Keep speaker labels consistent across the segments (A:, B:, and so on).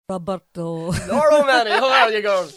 A: Roberto.
B: Laura O'Malley, how are you going?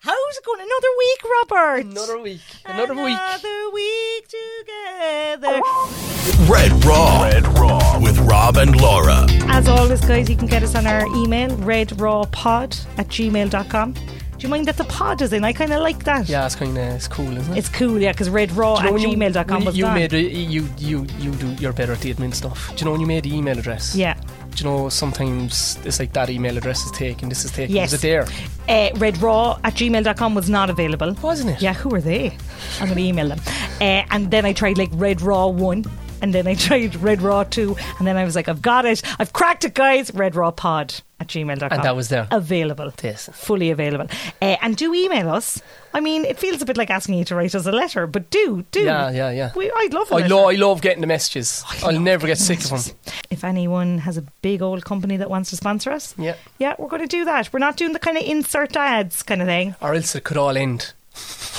A: How's it going? Another week, Robert.
B: Another week, another week. Oh.
A: Another week together.
C: Red Raw. Red Raw. With Rob and Laura.
D: As always, guys, you can get us on our email, redrawpod at gmail.com. Do you mind that the pod is in? I kind of like that.
B: Yeah, it's kind of it's cool, isn't it?
D: It's cool, yeah, because redraw
B: Do you know
D: at
B: when you-
D: gmail.com
B: when
D: was
B: you
D: gone.
B: made a, you you you do you're better at the admin stuff. Do you know when you made the email address?
D: yeah.
B: Do you know sometimes it's like that email address is taken, this is taken.
D: Yes.
B: Is it there?
D: Uh, redraw at gmail.com was not available.
B: Wasn't it?
D: Yeah, who are they? I'm going to email them. Uh, and then I tried like Red Raw 1, and then I tried Red Raw 2, and then I was like, I've got it. I've cracked it, guys. Red Raw Pod at gmail.com.
B: And that was there.
D: Available.
B: Yes.
D: Fully available. Uh, and do email us. I mean, it feels a bit like asking you to write us a letter, but do, do.
B: Yeah, yeah, yeah.
D: We, I'd love a
B: I,
D: letter.
B: lo- I love getting the messages. I'll never get sick of them.
D: if anyone has a big old company that wants to sponsor us,
B: Yeah.
D: yeah, we're going to do that. We're not doing the kind of insert ads kind of thing.
B: Or else it could all end.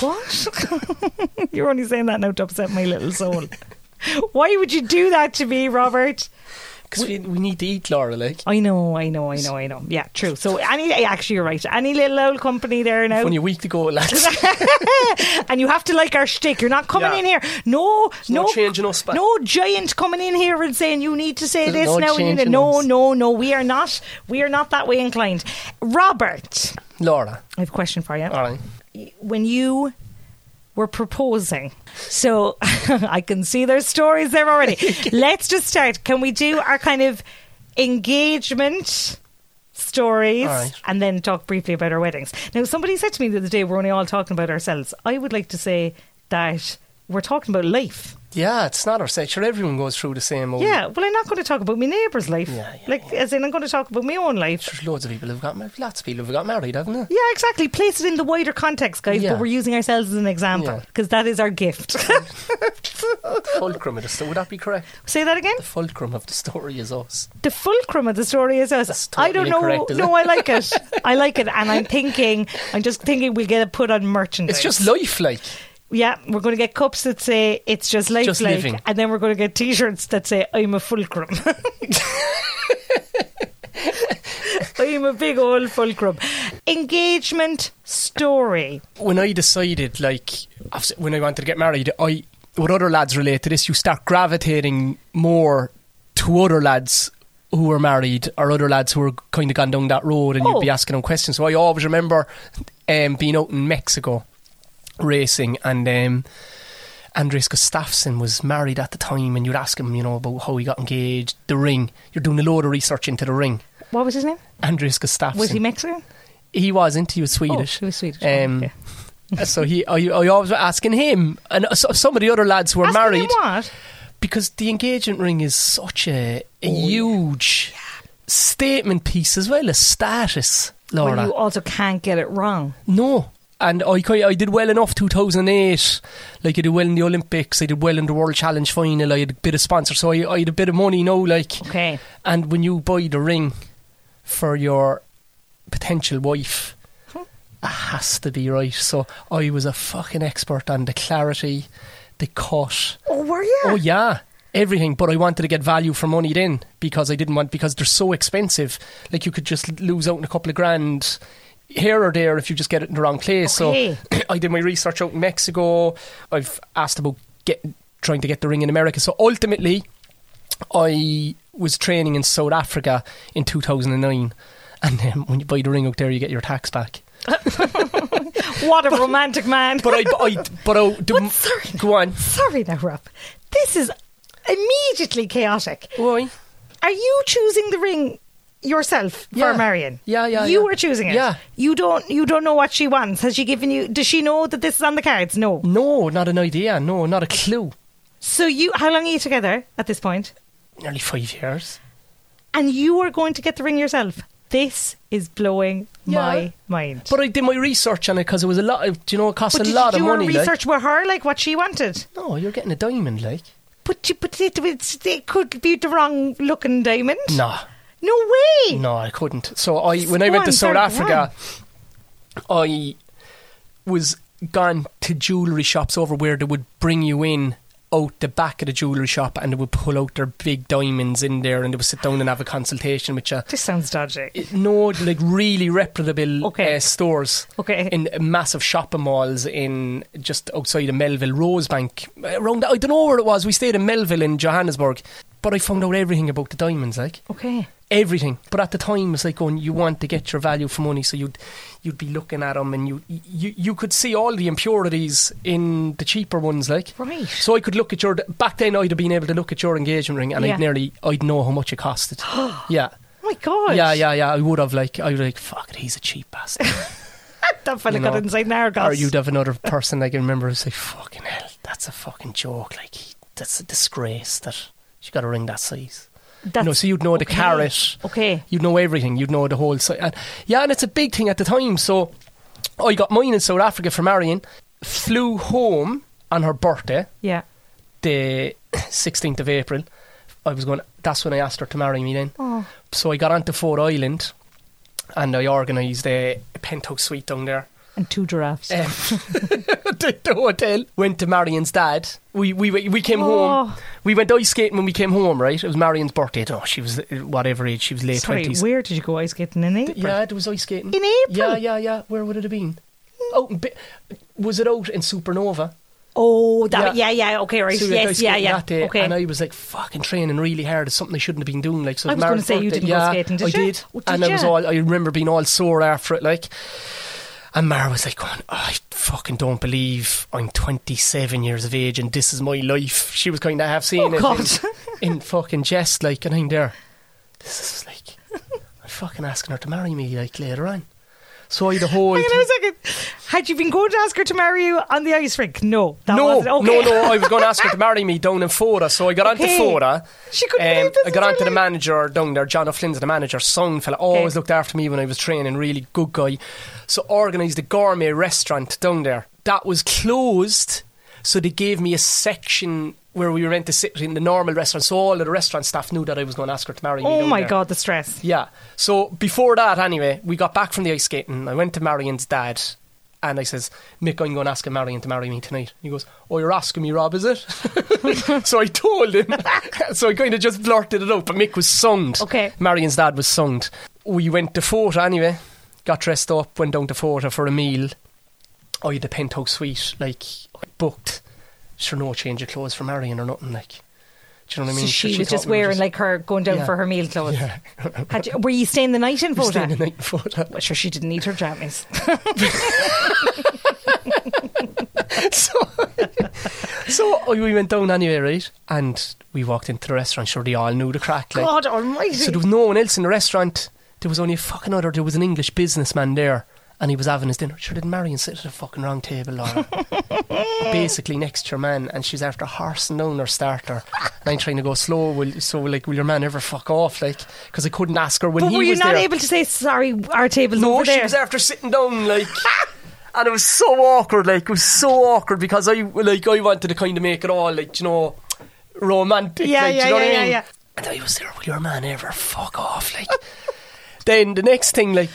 D: What? You're only saying that now to upset my little soul. Why would you do that to me, Robert?
B: Because we, we need to eat, Laura, like.
D: I know, I know, I know, I know. Yeah, true. So any, actually, you're right. Any little old company there now,
B: Only a week to go, lads.
D: and you have to like our shtick. You're not coming
B: Yeah.
D: in here. No,
B: no
D: no,
B: changing us back.
D: No giant coming in here and saying you need to say
B: There's
D: this
B: no
D: now. And you need,
B: changing
D: no,
B: us.
D: no, no. We are not. We are not that way inclined. Robert,
B: Laura.
D: I have a question for you.
B: All right.
D: when you were proposing. So I can see there's stories there already. Let's just start. Can we do our kind of engagement stories
B: All right.
D: and then talk briefly about our weddings? Now, somebody said to me the other day, we're only all talking about ourselves. I would like to say that we're talking about life.
B: Yeah, it's not our sex. Sure, everyone goes through the same old.
D: Yeah, well, I'm not going to talk about my neighbour's life.
B: Mm. Yeah, yeah,
D: like, as in, I'm going to talk about my own life.
B: There's loads of people who've got married. Lots of people have got married, haven't they?
D: Yeah, exactly. Place it in the wider context, guys,
B: Yeah.
D: but we're using ourselves as an example
B: Yeah.
D: because that is our gift.
B: fulcrum of the story. Would that be correct?
D: Say that again.
B: The fulcrum of the story is us.
D: the fulcrum of the story is us.
B: That's
D: I don't
B: totally
D: know.
B: correct, isn't
D: no,
B: it?
D: I like it. I like it, and I'm thinking. I'm just thinking we'll get it put on merchandise.
B: It's just life, like.
D: yeah, we're going to get cups that say "It's just life,"
B: Just
D: like,
B: living.
D: and then we're going to get T-shirts that say "I'm a fulcrum." I'm a big old fulcrum. Engagement story.
B: When I decided, like, obviously, when I wanted to get married, I, would other lads relate to this, you start gravitating more to other lads who were married or other lads who were kind of gone down that road and
D: Oh.
B: you'd be asking them questions. So I always remember um, being out in Mexico racing and um, Andres Gustafsson was married at the time and you'd ask him, you know, about how he got engaged, the ring. You're doing a load of research into the ring.
D: What was his name?
B: Andres Gustafsson.
D: Was he Mexican?
B: He wasn't. He was Swedish.
D: Oh, he was Swedish.
B: Um,
D: Okay.
B: so he, I, I always were asking him and so- some of the other lads who were
D: Asking him
B: married
D: What?
B: because the engagement ring is such a,
D: Oh,
B: a huge statement piece as well as status, Laura.
D: Well, you also can't get it wrong.
B: No. And I, quite- I did well enough 2008. Like, I did well in the Olympics. I did well in the World Challenge final. I had a bit of sponsor. So I, I had a bit of money, you know, like.
D: Okay.
B: And when you buy the ring for your potential wife, it has to be right. So I was a fucking expert on the clarity, the cut.
D: Oh, were you?
B: Oh yeah, everything. But I wanted to get value for money then because I didn't want because they're so expensive. Like you could just lose out on a couple of grand here or there if you just get it in the wrong place.
D: Okay.
B: So I did my research out in Mexico. I've asked about get, trying to get the ring in America. So ultimately, I was training in South Africa in 2009. And then when you buy the ring out there, you get your tax back.
D: What a romantic man.
B: But I, but I, but I,
D: But sorry.
B: go on.
D: Sorry now, Rob. This is immediately chaotic.
B: Why?
D: Are you choosing the ring yourself
B: Yeah.
D: for Marion?
B: Yeah, yeah,
D: You
B: yeah.
D: were choosing it.
B: Yeah.
D: You don't you don't know what she wants. Has she given you does she know that this is on the cards? No.
B: No, not an idea. No, not a clue.
D: So you how long are you together at this point?
B: Nearly five years.
D: And you are going to get the ring yourself. This is blowing
B: Yeah.
D: my mind.
B: But I did my research on it because it was a lot. Of, do you know it costs
D: But
B: a
D: did
B: lot
D: you do
B: of money?
D: your
B: like.
D: research with her, like what she wanted?
B: No, you're getting a diamond, like.
D: But you, but it, it's- it could be the wrong looking diamond.
B: No,
D: no way.
B: no, I couldn't. So I, when I went to
D: Go
B: South
D: on, sorry,
B: Africa, I was gone to jewelry shops over where they would bring you in out the back of the jewellery shop and they would pull out their big diamonds in there and they would sit down and have a consultation with you.
D: This sounds dodgy.
B: It- No, like really reputable
D: Okay.
B: uh, stores
D: Okay.
B: in massive shopping malls in just outside of Melville, Rosebank. Around, I don't know where it was. We stayed in Melville in Johannesburg, but I found out everything about the diamonds, like
D: Okay.
B: everything. But at the time, it's like going, you want to get your value for money, so you'd you'd be looking at them, and you you you could see all the impurities in the cheaper ones, like.
D: Right.
B: So I could look at your back then. I'd have been able to look at your engagement ring, and
D: Yeah.
B: I'd nearly I'd know how much it costed. yeah.
D: Oh my god.
B: Yeah, yeah, yeah. I would have like, I would like, fuck it, he's a cheap bastard.
D: That fella
B: You
D: got
B: know,
D: inside Nargos.
B: or you'd have another person like I remember who's like, fucking hell, that's a fucking joke. Like he- that's a disgrace that she got a ring that size.
D: That's-
B: no, so you'd know the
D: okay.
B: carrot.
D: Okay.
B: You'd know everything. You'd know the whole site. And, yeah, and it's a big thing at the time. So I got mine in South Africa for Marion. Flew home on her birthday,
D: Yeah.
B: the 16th of April. I was going, that's when I asked her to marry me then. So I got onto Fort Island and I organised a penthouse suite down there.
D: And two giraffes.
B: Um, the, the hotel. Went to Marion's dad. We we we came home.
D: Oh.
B: We went ice skating when we came home. Right, it was Marion's birthday. Oh, she was uh, whatever age. She was late
D: Sorry,
B: twenties.
D: where did you go ice skating in April?
B: Yeah, it was ice skating
D: In April?
B: Yeah, yeah, yeah. Where would it have been? Oh, bi- was it out in Supernova?
D: Oh, that, yeah. yeah, Okay, right.
B: So we went ice
D: yes, yeah,
B: skating
D: yeah.
B: That day,
D: okay.
B: And I was like fucking training really hard. It's something I shouldn't have been doing. Like, so
D: I
B: it
D: was gonna
B: Marion's
D: say you
B: birthday.
D: didn't go
B: yeah,
D: skating, did
B: I
D: you?
B: did.
D: Oh, did
B: and I was
D: ya?
B: all. I remember being all sore after it. Like, and Mar was like, going, I fucking don't believe I'm 27 years of age and this is my life. She was kind of half seeing
D: Oh,
B: it
D: God.
B: In, in fucking jest, like, and I'm there. This is like, I'm fucking asking her to marry me, like, later on. So I the whole.
D: Hang
B: thing-
D: on a second. Had you been going to ask her to marry you on the ice rink? No, that
B: no,
D: wasn't. Okay.
B: no, no, I was going to ask her to marry me down in Fora, so I got
D: Okay.
B: onto Fora. um,
D: She couldn't believe this
B: I
D: is
B: got
D: her
B: onto the
D: life.
B: manager down there, John O'Flynn's the manager, sound fella, always
D: Okay.
B: looked after me when I was training, really good guy. So organised a gourmet restaurant down there. That was closed, so they gave me a section where we were meant to sit in the normal restaurant, so all of the restaurant staff knew that I was going to ask her to marry me.
D: Oh
B: down
D: my
B: there.
D: god, the stress.
B: Yeah. So before that, anyway, we got back from the ice skating. I went to Marion's dad, and I says, "Mick, I'm going to ask Marion to marry me tonight." He goes, "Oh, you're asking me, Rob, is it?" so I told him. so I kind of just blurted it out, but Mick was sung.
D: Okay.
B: Marion's dad was sung. We went to Fort anyway. Got dressed up, went down to Fort for a meal. I had the penthouse suite, like booked. Sure, no change of clothes for Marion or nothing, like. Do you know what I mean?
D: So she,
B: Sure,
D: was
B: thought
D: just
B: we were
D: wearing like her going down
B: Yeah.
D: for her meal clothes. Had you, were you staying the night in
B: staying the
D: Voda?
B: night in Fort.
D: Well, sure, she didn't need her jammies.
B: so, so oh, we went down anyway, right? And we walked into the restaurant. Sure, they all knew the crack. Like.
D: God almighty.
B: So there was no one else in the restaurant. There was only a fucking other. There was an English businessman there, and he was having his dinner. Sure, did Marion sit at the fucking wrong table, Laura? Basically next to your man, and she's after horsing down her starter. And I'm trying to go slow. Will, so like, will your man ever fuck off? Like, because I couldn't ask her when
D: but
B: he
D: were you
B: was
D: not
B: there.
D: able to say, sorry, our table's
B: No,
D: over
B: she
D: there?
B: was after sitting down, like, and it was so awkward. Like, it was so awkward because I, like, I wanted to kind of make it all, like, you know, romantic.
D: Yeah,
B: like, do
D: yeah,
B: you know
D: yeah,
B: what I
D: yeah,
B: mean?
D: yeah.
B: And I was there. Will your man ever fuck off? Like, then the next thing, like,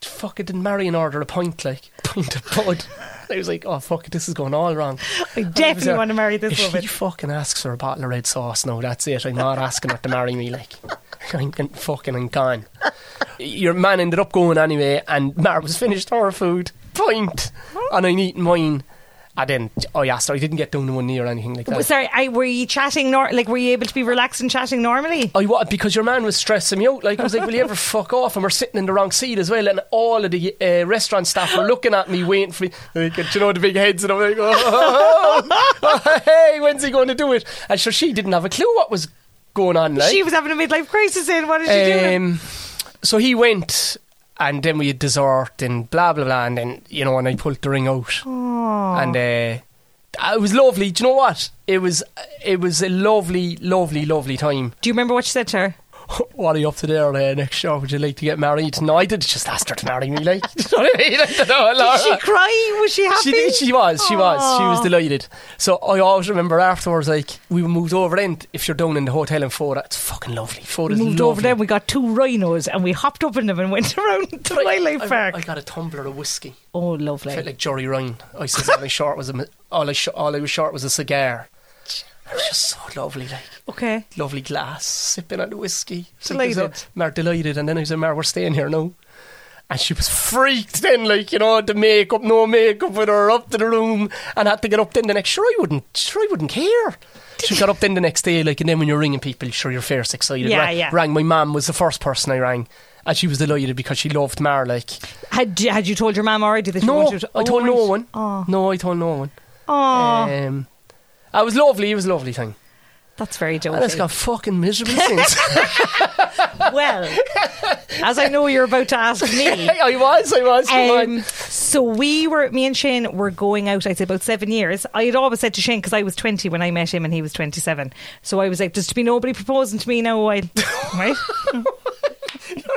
B: fuck it, didn't Marion order a pint? Like, pint of bud. I was like, oh fuck it, this is going all wrong.
D: I
B: And I was
D: definitely
B: there,
D: want to marry this
B: if
D: woman.
B: she fucking asks for a bottle of red sauce, no, that's it. I'm not asking her to marry me. Like, I'm gon- fucking and gone. Your man ended up going anyway, and Mar was finished her food, pint, and I'm eating mine. And then I asked her, I didn't get down to one knee or anything like that.
D: Sorry, I, were you chatting, nor- like, were you able to be relaxed and chatting normally?
B: I wa- because your man was stressing me out. Like I was like, "Will you ever fuck off?" And we're sitting in the wrong seat as well, and all of the uh, restaurant staff were looking at me, waiting for me. Like, do you know the big heads, and I'm like, "Oh, hey, when's he going to do it?" And so she didn't have a clue what was going on. Like
D: She was having a midlife crisis then. What did she do?
B: um, so he went, and then we had dessert and blah blah blah, and then you know, and I pulled the ring out, and uh, it was lovely. Do you know what? It was it was a lovely, lovely, lovely time.
D: Do you remember what she said to her?
B: What are you up to there uh, next year? Would you like to get married? No, I did just ask her to marry me. Like, you know what I mean? I don't know, Laura.
D: Did she cry? Was she happy?
B: Uh, She, did- she was, she was, she was delighted. So I always remember afterwards, like we moved over. And if you're down in the hotel in Fora, it's fucking lovely. Fora's
D: moved
B: lovely.
D: over there. We got two rhinos and we hopped up in them and went around the wildlife
B: I-
D: park.
B: I got a tumbler of whiskey.
D: oh, lovely.
B: Felt like Jory Ryan. I says all I short was a mi- all I sh- all I was short was a cigar.
D: much.
B: It was just so lovely, like
D: Okay.
B: lovely glass, sipping on the whiskey. uh, It's like,
D: Delighted.
B: is it- Mar delighted, and then I said, Mar, we're staying here now. And she was freaked then, like, you know, the makeup, no makeup with her up to the room and had to get up then the next sure I wouldn't sure I wouldn't care. She got up then the next day, like and then when you're ringing people, sure your face excited.
D: Yeah,
B: Ra-
D: yeah.
B: Rang my mum was the first person I rang. And she was delighted because she loved Mar like
D: Had you, had you told your mum already that you
B: No
D: wanted?
B: I told
D: oh,
B: no
D: right.
B: one.
D: Oh,
B: No, I told no one.
D: oh
B: Um I was lovely, it was a lovely thing.
D: that's very
B: And it's
D: doting.
B: got fucking miserable since.
D: well, as I know you're about to ask me.
B: I was, I was, come on.
D: Um, so we were, me and Shane were going out. I'd say about seven years. I had always said to Shane because I was twenty when I met him, and he was twenty-seven. So I was like, "There's to be nobody proposing to me now, while right?"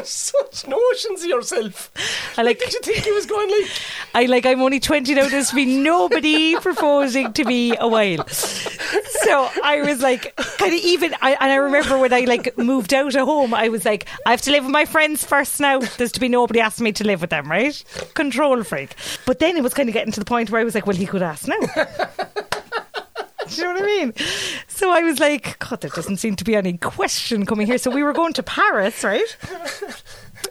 B: such notions of yourself.
D: I like-
B: Did you think he was going like?
D: I like I'm only 20 now. There's been nobody proposing to me a while. So I was like, kind of even. I, and I remember when I like moved out of home, I was like, I have to live with my friends first now. There's to be nobody asking me to live with them, right? Control freak. But then it was kind of getting to the point where I was like, well, he could ask now. Do you know what I mean? So I was like, God, there doesn't seem to be any question coming here. So we were going to Paris, right?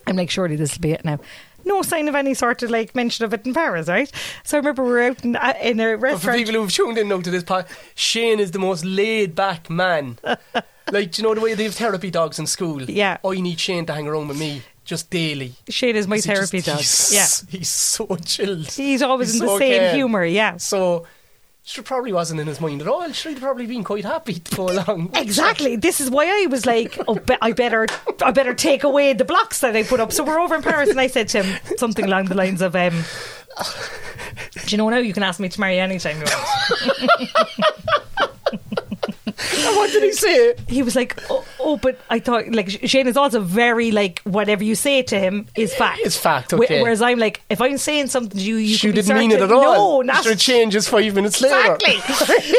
D: I'm like, surely this will be it now. No sign of any sort of like mention of it in Paris, right? So I remember we were out in, uh, in a
B: But Oh, for
D: restaurant.
B: people who've tuned in now to this part, Shane is the most laid back man. like, do you know the way they have therapy dogs in school?
D: Yeah.
B: I need Shane to hang around with me just daily.
D: Shane is my
B: 'Cause he just-
D: therapy dog.
B: he's-
D: Yeah.
B: He's so chilled.
D: He's always in the
B: so
D: same
B: calm.
D: humour, yeah.
B: So, she probably wasn't in his mind at all. She'd probably been quite happy to go along.
D: Exactly. This is why I was like, oh, be- I better, I better take away the blocks that I put up. So we're over in Paris, and I said to him something along the lines of, um, "Do you know now you can ask me to marry anytime you want?"
B: And what did he say?
D: He was like, oh, oh, but I thought like Sh- Shane is also very like whatever you say to him is fact.
B: It's fact,
D: Whe-
B: okay.
D: Whereas I'm like, if I'm saying something to you, you
B: She
D: can be
B: didn't mean it at
D: certain-
B: all.
D: No, not
B: Sure, it changes five minutes later.
D: Exactly.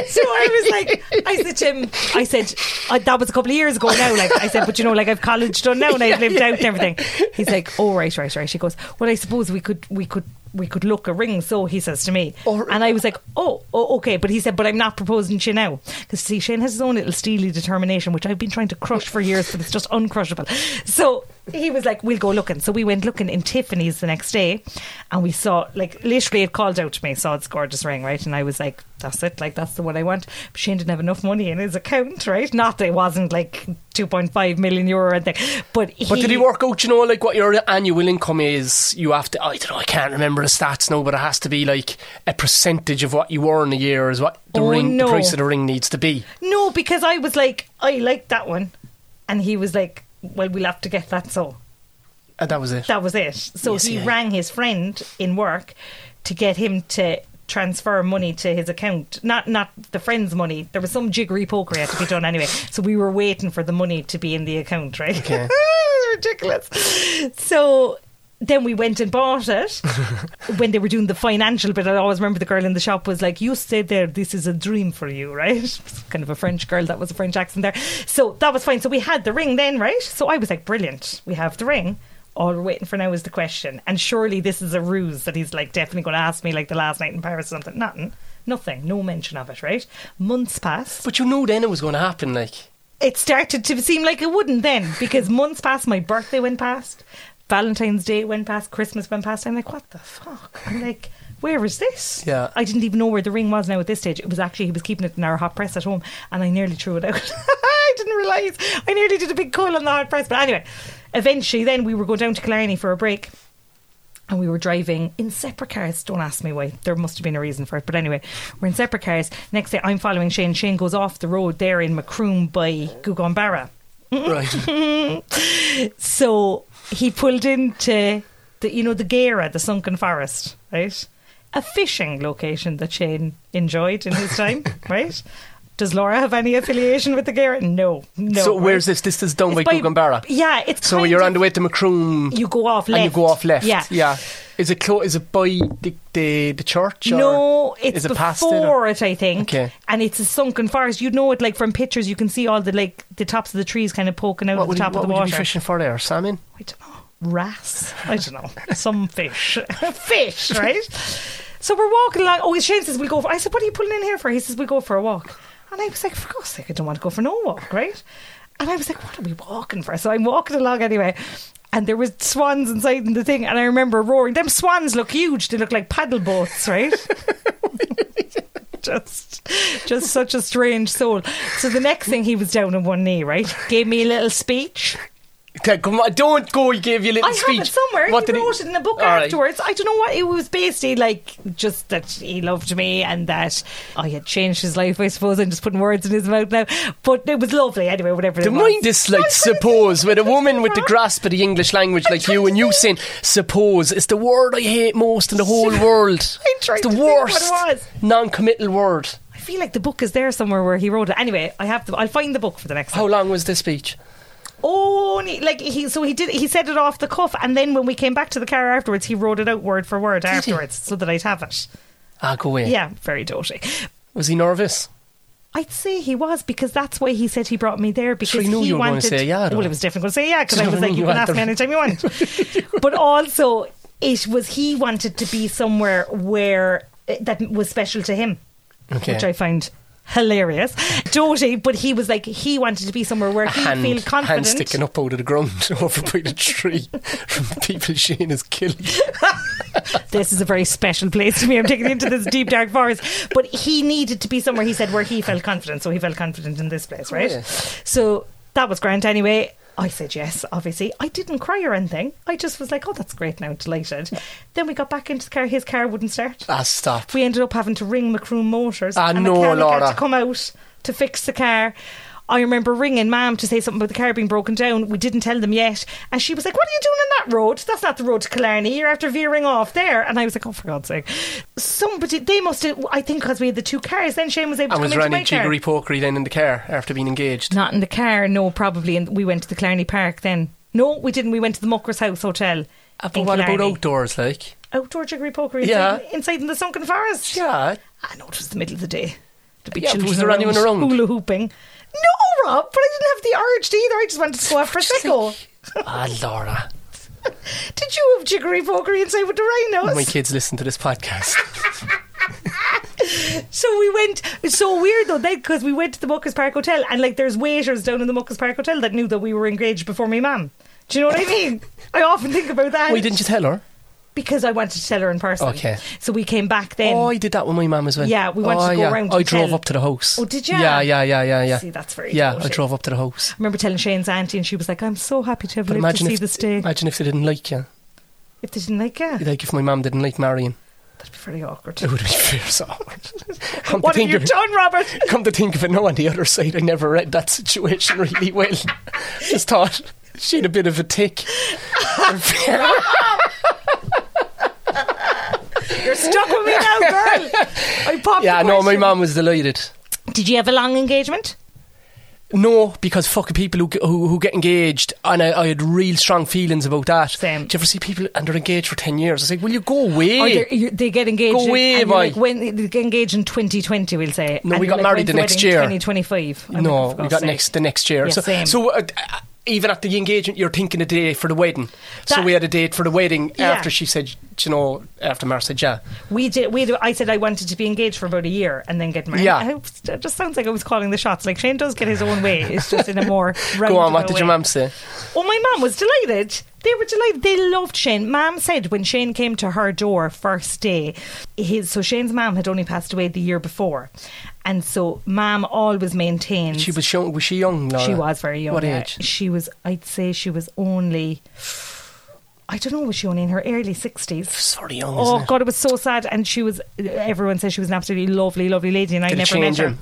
D: so I was like, I said to him, I said, I, that was a couple of years ago now. Like, I said, but you know, like I've college done now and I've lived out and everything. He's like, oh, right, right, right. He goes, well, I suppose we could, we could, we could look a ring. So he says to me.
B: Or-
D: and I was like, oh, oh, okay. But he said, but I'm not proposing to you now. Because see, Shane has his own little steely determination, which I've been trying to crush for years, but it's just uncrushable. So he was like, we'll go looking. So we went looking in Tiffany's the next day and we saw, like, literally it called out to me, saw its gorgeous ring, right? And I was like, that's it. Like, that's the one I want. But Shane didn't have enough money in his account, right? Not that it wasn't like 2.5 million euro or anything. But, he,
B: But did he work out, you know, like what your annual income is? You have to, I don't know, I can't remember the stats now, but it has to be like a percentage of what you earn a year is what the
D: Oh,
B: ring,
D: no.
B: the price of the ring needs to be.
D: No, because I was like, I like that one. And he was like, well, we'll have to get that so.
B: And that was it.
D: That was it. So
B: Yes,
D: he
B: yeah.
D: rang his friend in work to get him to transfer money to his account. Not not the friend's money. There was some jiggery pokery had to be done anyway. So we were waiting for the money to be in the account, right?
B: Okay.
D: Ridiculous. So then we went and bought it when they were doing the financial bit. I always remember the girl in the shop was like, "You stay there. This is a dream for you, right?" Kind of a French girl. That was a French accent there. So that was fine. So we had the ring then, right? So I was like, "Brilliant. We have the ring." All we're waiting for now is the question. And surely this is a ruse that he's like definitely going to ask me like the last night in Paris or something. Nothing. Nothing. No mention of it, right? Months pass
B: But you knew then it was going to happen, like.
D: it started to seem like it wouldn't then because months passed, my birthday went past, Valentine's Day went past, Christmas went past. I'm like, what the fuck? I'm like, where is this?
B: Yeah.
D: I didn't even know where the ring was now at this stage. It was actually, he was keeping it in our hot press at home and I nearly threw it out. I didn't realise. I nearly did a big call on the hot press. But anyway, eventually then we were going down to Killarney for a break and we were driving in separate cars. Don't ask me why. There must have been a reason for it. But anyway, we're in separate cars. Next day, I'm following Shane. Shane goes off the road there in Macroom by Gugonbarra.
B: Right.
D: So he pulled into the, you know, the Gera, the sunken forest, right? A fishing location that Shane enjoyed in his time, right? Does Laura have any affiliation with the Gera? No, no.
B: so
D: right?
B: where's this? This is down by,
D: It's
B: by Guganbara.
D: Yeah, it's
B: So
D: kind
B: you're
D: of-
B: on the way to Macroom
D: You go off left.
B: and you go off left.
D: Yeah,
B: Yeah. Is it, clo- is it by the, the, the church? Or
D: No, it's
B: is it past it or-
D: before it, I think.
B: Okay.
D: And it's a sunken forest. You'd know it like from pictures. You can see all the like the tops of the trees kind of poking out
B: What
D: of the
B: would, you,
D: top
B: what
D: of the
B: would you
D: water.
B: be fishing for there? Salmon?
D: I don't know. Wrasse? I don't know. Some fish. fish, right? So we're walking along. Oh, Shane says, We'll go for I said, What are you pulling in here for? He says, We'll go for a walk. And I was like, for God's sake, I don't want to go for no walk, right? And I was like, what are we walking for? So I'm walking along anyway. And there was swans inside in the thing, and I remember roaring. Them swans look huge. They look like paddle boats, right? just just such a strange soul. So the next thing he was down on one knee, right? Gave me a little speech.
B: Okay, come on, don't go. He gave you a little
D: I
B: speech.
D: have it somewhere.
B: What
D: he
B: did
D: wrote it in a book
B: All right.
D: afterwards. I don't know what it was basically like. Just that he loved me and that I had changed his life. I suppose I'm just putting words in his mouth now, but it was lovely anyway. Whatever.
B: The
D: it was.
B: mind is like suppose with a woman with the grasp of the English language like you and you saying suppose it's the word I hate most in the whole world.
D: I tried
B: it's the
D: to think what it
B: worst
D: was.
B: non-committal word.
D: I feel like the book is there somewhere where he wrote it. Anyway, I have. The, I'll find the book for the next.
B: How
D: time.
B: long was this speech?
D: Only like he. So he did. He said it off the cuff, and then when we came back to the car afterwards, he wrote it out word for word
B: he?
D: afterwards, so that I'd have it.
B: Ah, go away.
D: Yeah, very dotty.
B: Was he nervous?
D: I'd say he was because that's why he said he brought me there because
B: Sure, he knew
D: he
B: you were going
D: wanted.
B: to say yeah, though.
D: well, it was definitely going to say yeah because I
B: So
D: was like,
B: you
D: you can
B: had
D: ask
B: the
D: me anytime you want. but also, it was he wanted to be somewhere where eh, that was special to him,
B: Okay.
D: which I find hilarious, Doty. But he was like, he wanted to be somewhere where he
B: hand,
D: feel
B: hand
D: confident.
B: sticking up out of the ground over by the tree from people Shane has killed.
D: this is a very special place to me. I'm taking you into this deep dark forest. But he needed to be somewhere. He said where he felt confident, so he felt confident in this place, right? So that was grand anyway. I said yes, obviously. I didn't cry or anything. I just was like, oh, that's great now, delighted. Then we got back into the car. His car wouldn't start.
B: Ah, stop.
D: We ended up having to ring McCroom Motors.
B: Ah,
D: and
B: no,
D: mechanic
B: Laura.
D: had to come out to fix the car. I remember ringing Mam to say something about the car being broken down. We didn't tell them yet. And she was like, What are you doing on that road? That's not the road to Killarney. You're after veering off there. And I was like, Oh, for God's sake. Somebody, they must have, I think, because we had the two cars, then Shane was able
B: And
D: to
B: was
D: come into
B: Randy
D: my car.
B: jiggery pokery then in the car after being engaged?
D: Not in the car, no, probably. And we went to the Clarny Park then. No, we didn't. We went to the Muckers House Hotel.
B: Ah,
D: in
B: But what about
D: Killarney.
B: outdoors, like?
D: outdoor jiggery pokery
B: Yeah.
D: inside, inside in the sunken forest?
B: Yeah,
D: I know it was the middle of the day. The big
B: Yeah, but
D: children
B: was there anyone around?
D: Hula hooping. No, Rob, but I didn't have the urge to either. I just wanted to go out for a second.
B: Ah, Laura.
D: Did you have jiggery pokery inside with the rhinos?
B: My kids listen to this podcast.
D: So we went. It's so weird though, then because we went to the Muckers Park Hotel and like there's waiters down in the Muckers Park Hotel that knew that we were engaged before my mum. Do you know what I mean? I often think about that.
B: Why didn't Oh, you tell her?
D: Because I wanted to tell her in person.
B: Okay.
D: So we came back then.
B: Oh, I did that with my mum as well.
D: Yeah, we wanted
B: oh,
D: to go
B: yeah.
D: round
B: I
D: and
B: drove
D: tell-
B: up to the house.
D: Oh, did ya?
B: Yeah, yeah, yeah, yeah, yeah.
D: See, that's very
B: Yeah, I
D: naughty.
B: drove up to the house.
D: I remember telling Shane's auntie, and she was like, "I'm so happy to have
B: But
D: lived to
B: imagine
D: see
B: if
D: this day."
B: imagine if they didn't like you.
D: If they didn't like it,
B: Like if my mum didn't like Marion,
D: that'd be very awkward.
B: it would be fierce awkward. Come
D: What
B: to
D: have
B: think
D: you
B: of it,
D: done, Robert?
B: come to think of it, no. On the other side, I never read that situation really well. Just thought she had a bit of a tick.
D: You're stuck with me now, girl. I popped.
B: Yeah,
D: the
B: no, my
D: question.
B: mum was delighted.
D: Did you have a long engagement?
B: No, because fucking people who, g- who who get engaged, and I, I had real strong feelings about that.
D: Same.
B: Do you ever see people and they're engaged for ten years? I was like, will you go away?
D: Or they're- you- they get engaged.
B: Go away,
D: and you're
B: boy.
D: like when they get engaged in 2020, we'll say.
B: No,
D: And
B: we
D: you're
B: got
D: when's
B: married the next
D: wedding?
B: year.
D: 2025. I'm like,
B: no,
D: for
B: we
D: God's
B: got
D: sake.
B: next the next year.
D: Yeah,
B: so,
D: same.
B: so uh, uh, even at the engagement, you're thinking a day for the wedding. so
D: That-
B: we had a date for the wedding
D: Yeah.
B: after she said, you know, after Mar said, yeah.
D: We did. We. Did, I said I wanted to be engaged for about a year and then get married.
B: Yeah.
D: I was- it just sounds like I was calling the shots. Like Shane does get his own way. It's just in a more.
B: Go on, what
D: roundabout
B: did your
D: way.
B: mum say?
D: Oh, my mum was delighted. They were delighted. They loved Shane. Mum said when Shane came to her door first day, his so Shane's mum had only passed away the year before, and so mum always maintained
B: She was young. Was she young? Laura?
D: she was very young.
B: What
D: yeah.
B: age?
D: She was. I'd say she was only. I don't know. Was she only in her early sixties?
B: Sorry, young.
D: Oh
B: isn't
D: God, it was so sad. And she was. Everyone says she was an absolutely lovely, lovely lady, and I
B: Did it
D: never met
B: change
D: her.
B: him?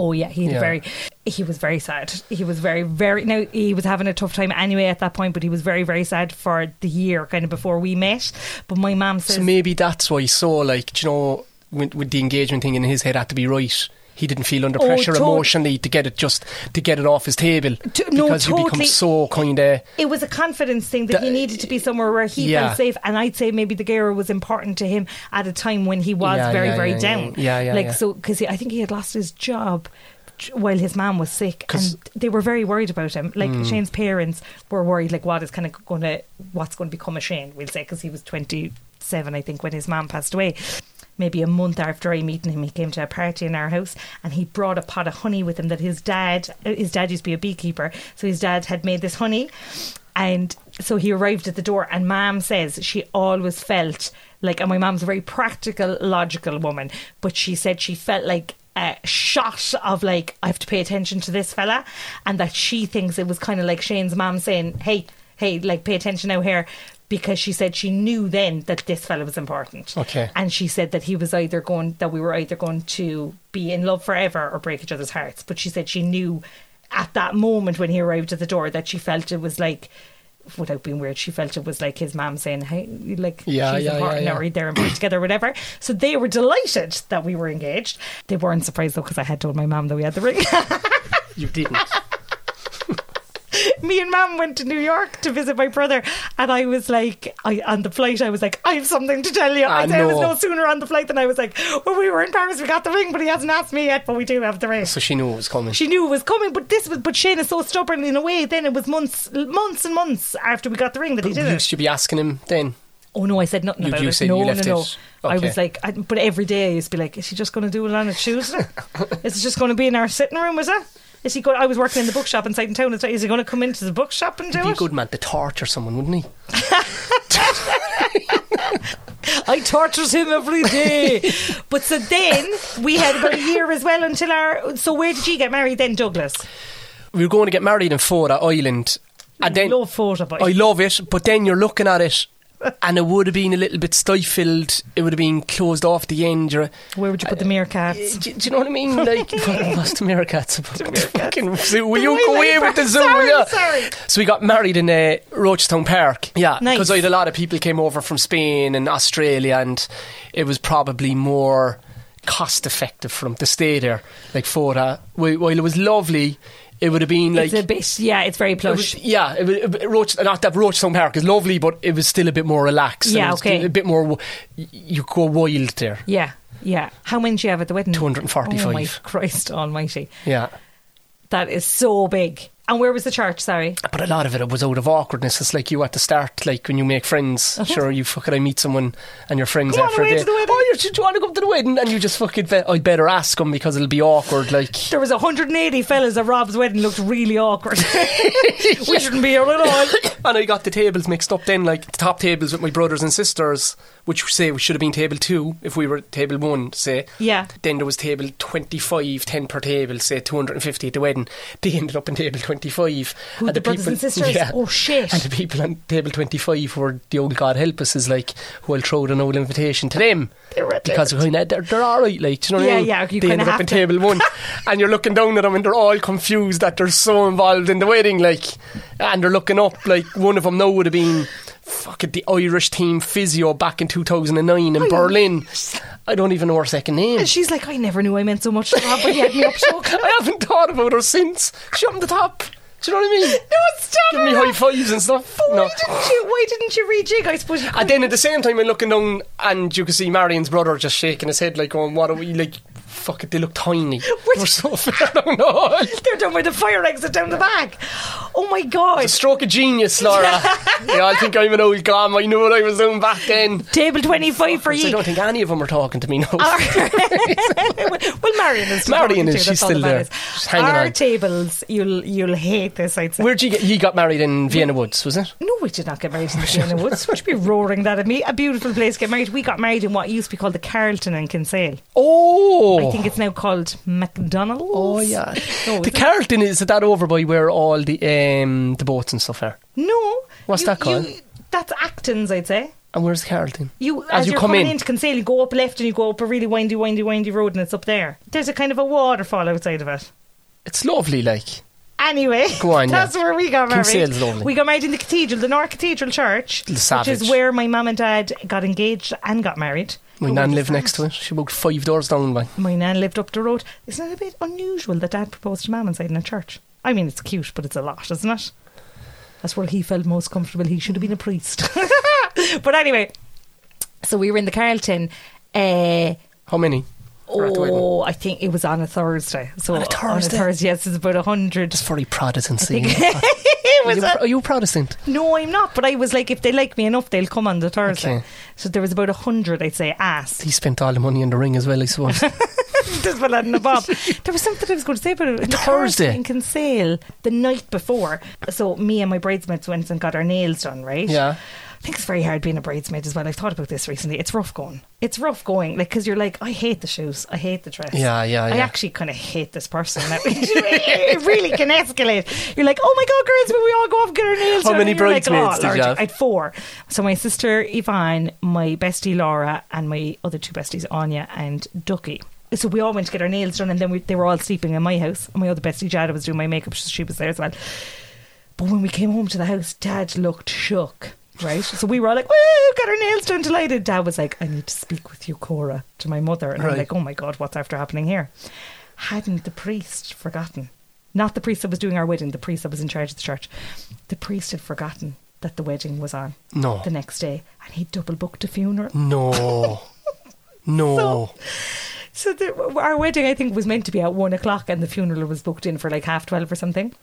D: Oh yeah, he had a
B: Yeah.
D: very. He was very sad. He was very, very. Now he was having a tough time anyway at that point, but he was very, very sad for the year kind of before we met. But my mum says
B: So maybe that's why. So like, do you know, with, with the engagement thing in his head had to be right. He didn't feel under
D: Oh,
B: pressure
D: tot-
B: emotionally to get it just to get it off his table
D: To- no,
B: because he
D: totally.
B: becomes so kind of
D: it was a confidence thing that he
B: That-
D: needed to be somewhere where he
B: Yeah.
D: felt safe and i'd say maybe the gear was important to him at a time when he was
B: Yeah,
D: very
B: yeah,
D: very
B: yeah,
D: down
B: yeah. Yeah, yeah,
D: like
B: yeah.
D: so because i think he had lost his job j- while his mom was sick
B: 'Cause-
D: and they were very worried about him like shane's parents were worried like what is kind of going to what's going to become of shane we'll say because he was 27 i think when his mom passed away maybe a month after I meeting him, he came to a party in our house and he brought a pot of honey with him that his dad, his dad used to be a beekeeper, so his dad had made this honey. And so he arrived at the door, and mom says she always felt like, and my mom's a very practical, logical woman, but she said she felt like uh, shot of like I have to pay attention to this fella, and that she thinks it was kind of like Shane's mom saying, "Hey, hey, like pay attention out here," because she said she knew then that this fella was important.
B: Okay.
D: and she said that he was either going that we were either going to be in love forever or break each other's hearts. But she said she knew at that moment when he arrived at the door that she felt it was like. Without being weird, she felt it was like his mom saying, "Hey, like
B: Yeah,
D: she's
B: yeah, yeah,
D: important,
B: yeah.
D: or married there and put together, whatever. So they were delighted that we were engaged. They weren't surprised though because I had told my mum that we had the ring.
B: You didn't.
D: Me and mum went to New York to visit my brother, and I was like, I on the flight, I was like, I have something to tell you.
B: Ah,
D: I said I was
B: no.
D: no sooner on the flight than I was like, well, we were in Paris, we got the ring, but he hasn't asked me yet, but we do have the ring.
B: so she knew it was coming.
D: She knew it was coming, but this was. But Shane is so stubborn in a way. Then it was months, months and months after we got the ring that he did
B: you
D: it.
B: should be asking him then.
D: Oh no, I said nothing
B: You-
D: about
B: you
D: it.
B: said
D: no,
B: you left
D: no, no.
B: it.
D: I
B: Okay.
D: was like, I, but every day I used to be like, is she just going to do it on a Tuesday? is it just going to be in our sitting room? Was it? Is he going? I was working in the bookshop inside in town. and so Is he going to come into the bookshop and do
B: Be a
D: it?
B: good man to torture someone, wouldn't he?
D: I tortures him every day. but so then we had about a year as well until our. So where did you get married then, Douglas?
B: We were going to get married in Fora Island. And then
D: Love photo, boy.
B: I love it, but then you're looking at it and it would have been a little bit stifled. It would have been closed off the end. Or,
D: where would you
B: uh,
D: put the meerkats?
B: do, do you know what I mean? Like, what's the meerkats about? Fucking zoo. Will you
D: way
B: go away
D: later.
B: with the zoo?
D: Sorry,
B: will you?
D: sorry.
B: So we got married in uh, Rochetown Park. Yeah,
D: Nice.
B: because I had a lot of people came over from Spain and Australia, and it was probably more cost effective for them to stay there. Like for that, Wh- while it was lovely, it would have been like
D: it's a bit. Yeah, it's very
B: it
D: plush.
B: was- yeah, it was, it- Roach, not that Rochestone Park is lovely, but it was still a bit more relaxed. and
D: Yeah,
B: it was
D: okay.
B: A bit more, w- you go wild there.
D: yeah, yeah. How many did you have at the wedding?
B: 245.
D: Oh my Christ Almighty.
B: Yeah.
D: That is so big. And where was the church? Sorry.
B: But a lot of it was out of awkwardness. It's like you at the start, like when you make friends. Sure, you fucking I meet someone and your friends
D: Come Uh-huh. on
B: after a
D: away
B: day.
D: to the wedding.
B: Oh, you, do you want to come to the wedding? And you just fucking, be- I'd better ask them because it'll be awkward. Like,
D: There was 180 fellas at Rob's wedding. Looked really awkward. we shouldn't be here at all.
B: and I got the tables mixed up then, like the top tables with my brothers and sisters, which say we should have been table two if we were table one, say.
D: Yeah.
B: Then there was table 25, 10 per table, say 250 at the wedding. They ended up in table 25.
D: Who, the brothers and sisters? Oh, shit.
B: And the people on table 25 were the old God help us is like, who I'll throw an old invitation to them. because kind of, they're, they're all right, like, do you know what
D: Yeah,
B: I mean?
D: yeah, you
B: they
D: kinda
B: ended up
D: have
B: in
D: to.
B: table one. and you're looking down at them and they're all confused that they're so involved in the wedding, like, and they're looking up, like, one of them now would have been fucking the Irish team physio back in 2009 in Berlin. I don't even know her second name.
D: And she's like, I never knew I meant so much to Rob, but he had me up so.
B: I haven't thought about her since. She up on the top. Do you know what I mean?
D: No, stop
B: Give me
D: it.
B: high fives and stuff.
D: Why
B: No.
D: didn't you? Why didn't you rejig? I suppose. You
B: And then at the same time, I'm looking down, and you can see Marion's brother just shaking his head, like, going, "What are we like? Fuck it, they look tiny. We're so fair down the hall."
D: they're done with the fire exit down the back. Oh my god!
B: Stroke of genius, Laura. yeah, I think I'm an old glam. I knew what I was doing back then.
D: Table twenty-five for
B: So I
D: you.
B: don't think any of them are talking to me now.
D: well, Marion is. Still
B: Marion
D: talking to
B: is,
D: you,
B: she's
D: that's all
B: still
D: that
B: there.
D: matters.
B: She's hanging
D: Our
B: on.
D: tables, you'll you'll hate this. I'd say.
B: Where'd you get? You got married in Vienna Woods, was it?
D: No, we did not get married in the Sienna Woods. Would you be roaring that at me? A beautiful place to get married. We got married in what used to be called the Carlton in Kinsale.
B: Oh,
D: I think it's now called McDonald's.
B: Oh yeah,
D: No,
B: the
D: it's-
B: Carlton is that over by where all the um, the boats and stuff are.
D: No.
B: What's that called?
D: that's Acton's, I'd say.
B: And where's the Carlton?
D: You as,
B: you
D: you're
B: come
D: coming
B: in.
D: into Kinsale, you go up left and you go up a really windy, windy, windy road, and it's up there. There's a kind of a waterfall outside of it.
B: It's lovely, like.
D: Anyway,
B: Go on,
D: that's
B: yeah.
D: where we got married.
B: Kinsale's lovely.
D: We got married in the cathedral, the North Cathedral Church, which
B: savage.
D: is where my mum and dad got engaged and got married.
B: My
D: Oh,
B: nan
D: wait,
B: lived
D: is
B: next
D: that-
B: to it. She walked five doors down. Like,
D: My nan lived up the road. Isn't it a bit unusual that dad proposed to mum inside in a church? I mean, it's cute, but it's a lot, isn't it? That's where he felt most comfortable. He should have been a priest. but anyway, so we were in the Carlton. Uh,
B: how many? at the wedding?
D: Oh, I think it was on a Thursday. So
B: On a Thursday?
D: Thursday, yes, it's about a hundred.
B: It's very Protestant scene. are,
D: It was
B: you,
D: a-
B: pro- are you Protestant?
D: no, I'm not. But I was like, if they like me enough, they'll come on the Thursday.
B: Okay.
D: So there was about a hundred, I'd say, asked.
B: He spent all the money in the ring as well, I suppose.
D: Just for letting the bob. There was something I was going to say about it.
B: Thursday.
D: in Kinsale the night before. So me and my bridesmaids went and got our nails done, right?
B: Yeah.
D: I think it's very hard being a bridesmaid as well. I've thought about this recently. It's rough going. It's rough going, like because you're like, I hate the shoes, I hate the dress.
B: Yeah, yeah,
D: I
B: yeah.
D: actually kind of hate this person. now. it really can escalate. You're like, oh my god, girls, when we all go off and get our nails
B: How
D: done,"
B: many
D: and you're like,
B: bridesmaids
D: "Oh,
B: did you
D: Lord,
B: have?
D: I had four. So my sister Yvonne, my bestie Laura, and my other two besties Anya and Ducky. So we all went to get our nails done, and then we, they were all sleeping in my house. And my other bestie Jada was doing my makeup; so she was there as well. But when we came home to the house, Dad looked shook. Right, so we were all like, "Woo, got our nails done!" Delighted. Dad was like, "I need to speak with you, Cora," to my mother, and
B: Right.
D: I'm like, "Oh my God, what's after happening here?" Hadn't the priest forgotten? Not the priest that was doing our wedding, the priest that was in charge of the church. The priest had forgotten that the wedding was on
B: No.
D: the next day, and he double booked a funeral.
B: No. No.
D: So the, our wedding, I think, was meant to be at one o'clock, and the funeral was booked in for like half twelve or something.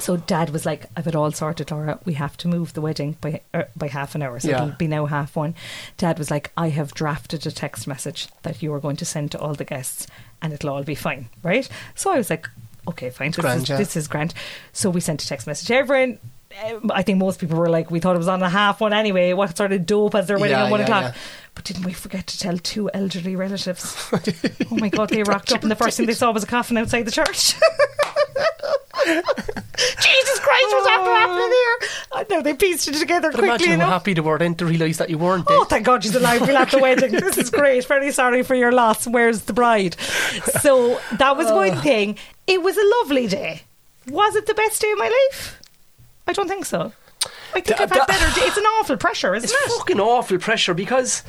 D: So Dad was like, "I've it all sorted, Laura. We have to move the wedding by er, by half an hour, so
B: Yeah.
D: it'll be now half one." Dad was like, "I have drafted a text message that you are going to send to all the guests, and it'll all be fine, right?" So I was like, "Okay, fine. This,
B: Grand,
D: is,
B: yeah.
D: this is grand." So we sent a text message to everyone. Um, I think most people were like, "We thought it was on a half one anyway. What sort of dope has their wedding
B: Yeah,
D: at one
B: yeah,
D: o'clock?"
B: yeah.
D: But didn't we forget to tell two elderly relatives? oh my god, they rocked up, and the first thing they saw was a coffin outside the church. Jesus Christ, what's after happening here? I know Oh. they pieced it together
B: But
D: quickly
B: imagine how
D: enough.
B: happy they were then to realise that you weren't
D: Oh,
B: dead.
D: thank God she's alive. We'll have the wedding. This is great. Very sorry for your loss. Where's the bride? So that was one thing. It was a lovely day. Was it the best day of my life? I don't think so. I think
B: Da-
D: I've had
B: da-
D: better days. It's an awful pressure, isn't
B: It's
D: it?
B: fucking awful pressure because,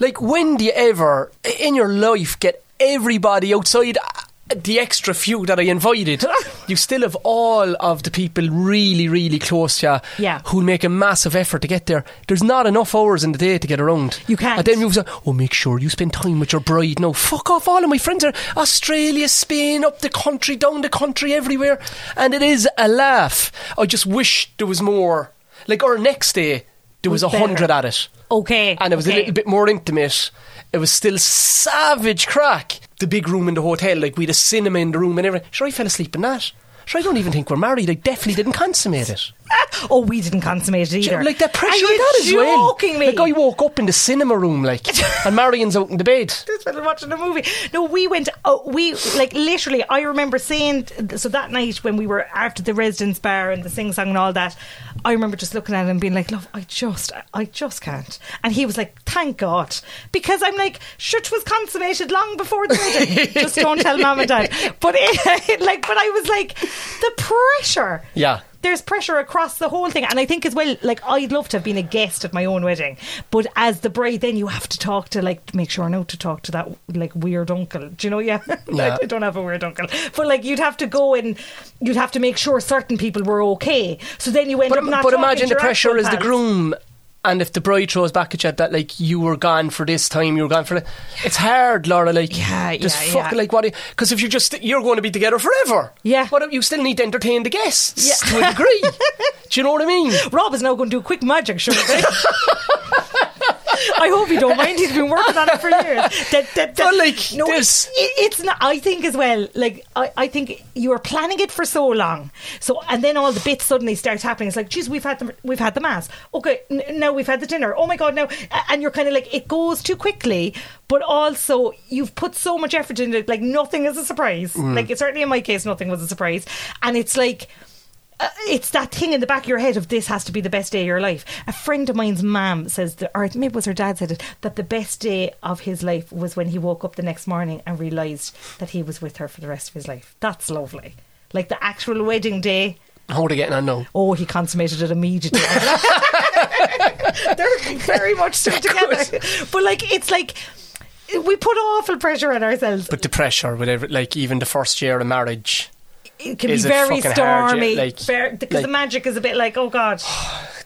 B: like, when do you ever in your life get everybody outside uh, the extra few that I invited? you still have all of the people really, really close to you
D: Yeah.
B: who'll make a massive effort to get there. There's not enough hours in the day to get around.
D: You can't.
B: And then you say, oh, make sure you spend time with your bride. No, fuck off. All of my friends are Australia, Spain, up the country, down the country, everywhere. And it is a laugh. I just wish there was more. Like, or next day, there was a
D: Was better.
B: hundred at it.
D: Okay.
B: And it was
D: okay.
B: a little bit more intimate. It was still savage crack. The big room in the hotel, like we had a cinema in the room and everything. Sure, I fell asleep in that. Sure, I don't even think we're married. I definitely didn't consummate it.
D: Oh, we didn't consummate it either.
B: Like that pressure
D: Are you
B: of that as well.
D: joking me?
B: Like I woke up in the cinema room, like, and Marion's out in the bed.
D: this when watching a movie. No, we went. Oh, we like literally. I remember saying so that night when we were after the residence bar and the sing song and all that. I remember just looking at him and being like, "Love, I just, I just can't." And he was like, "Thank God," because I'm like, "Shit was consummated long before the wedding." just don't tell mom and dad. But it, like, but I was like, the pressure
B: Yeah.
D: there's pressure across the whole thing. And I think as well, like I'd love to have been a guest at my own wedding, but as the bride, then you have to talk to like make sure not to talk to that like weird uncle. Do you know? Yeah,
B: Yeah.
D: I don't have a weird uncle, but like you'd have to go and you'd have to make sure certain people were okay. So then you end
B: But,
D: up not.
B: but
D: talking
B: imagine
D: to
B: the
D: your
B: pressure
D: actual
B: is the
D: pals.
B: groom, and if the bride throws back at you that like you were gone for this time, you were gone for that. It's hard, Laura. Like
D: Yeah,
B: just
D: yeah,
B: fuck
D: yeah.
B: like what? Because if you're just you're going to be together forever.
D: Yeah.
B: But you still need to entertain the guests to a degree. Do you know what I mean?
D: Rob is now going to do a quick magic show. I hope you don't mind. He's been working on it for years. That, that, that,
B: But, like, there's-
D: it, it's not. I think as well. Like I, I think you were planning it for so long. So and then all the bits suddenly start happening. It's like, geez, we've had the we've had the mass. Okay, n- now we've had the dinner. Oh my god, now a- and you're kind of like it goes too quickly. But also you've put so much effort into it. Like nothing is a surprise.
B: Mm.
D: Like it, certainly in my case, nothing was a surprise. And it's like uh, it's that thing in the back of your head of this has to be the best day of your life. A friend of mine's mum says, that, or maybe it was her dad said it, that the best day of his life was when he woke up the next morning and realised that he was with her for the rest of his life. That's lovely. Like the actual wedding day.
B: How are they getting on now?
D: Oh, he consummated it immediately. They're very much still together. But like, it's like we put awful pressure on ourselves.
B: But the pressure, whatever, like even the first year of marriage,
D: it can be
B: is it
D: very
B: fucking hard, yeah,
D: stormy. Because
B: like-
D: the
B: like-
D: magic is a bit like, oh God.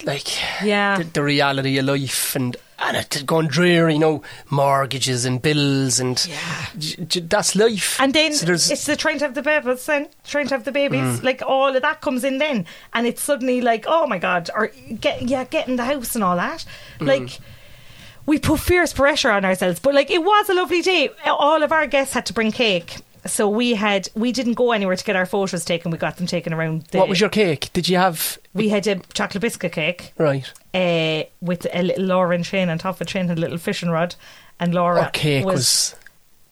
B: like
D: Yeah.
B: the, the reality of life and uh, and it's gone dreary, you know, mortgages and bills and
D: Yeah.
B: j- j- that's life.
D: And then
B: So there's- Mm.
D: it's the trying to have the babies, then trying to have the babies, like all of that comes in then, and it's suddenly like, oh my god, or get yeah, getting the house and all that,
B: Mm.
D: like. We put fierce pressure on ourselves, but like it was a lovely day. All of our guests had to bring cake, so we had we didn't go anywhere to get our photos taken. We got them taken around. The,
B: what was your cake? Did you have
D: We had a chocolate biscuit cake
B: right?
D: uh, with a little Laura and Shane on top of it. Shane had a little fishing rod, and Laura
B: Our cake was,